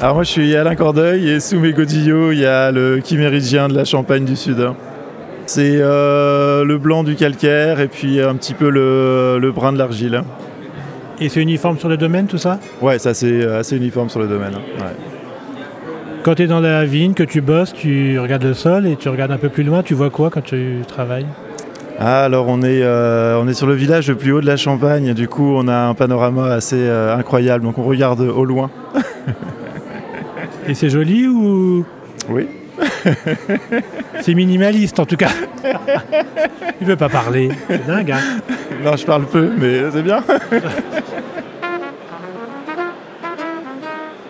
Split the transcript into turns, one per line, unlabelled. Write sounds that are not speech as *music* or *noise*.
Alors moi je suis Alain Cordeuil et sous mes godillots il y a le chiméridien de la Champagne du Sud. C'est euh, le blanc du calcaire et puis un petit peu le, le brun de l'argile.
Et c'est uniforme sur le domaine, tout ça
Ouais, ça c'est assez uniforme sur le domaine. hein. ouais.
Quand tu es dans la vigne, que tu bosses, tu regardes le sol et tu regardes un peu plus loin, tu vois quoi quand tu travailles
Ah, alors on est, euh, on est sur le village le plus haut de la Champagne, et du coup on a un panorama assez euh, incroyable, donc on regarde au loin.
Et c'est joli ou
Oui.
c'est minimaliste en tout cas *laughs* Il veut pas parler, c'est dingue. hein.
Non, je parle peu, mais c'est bien.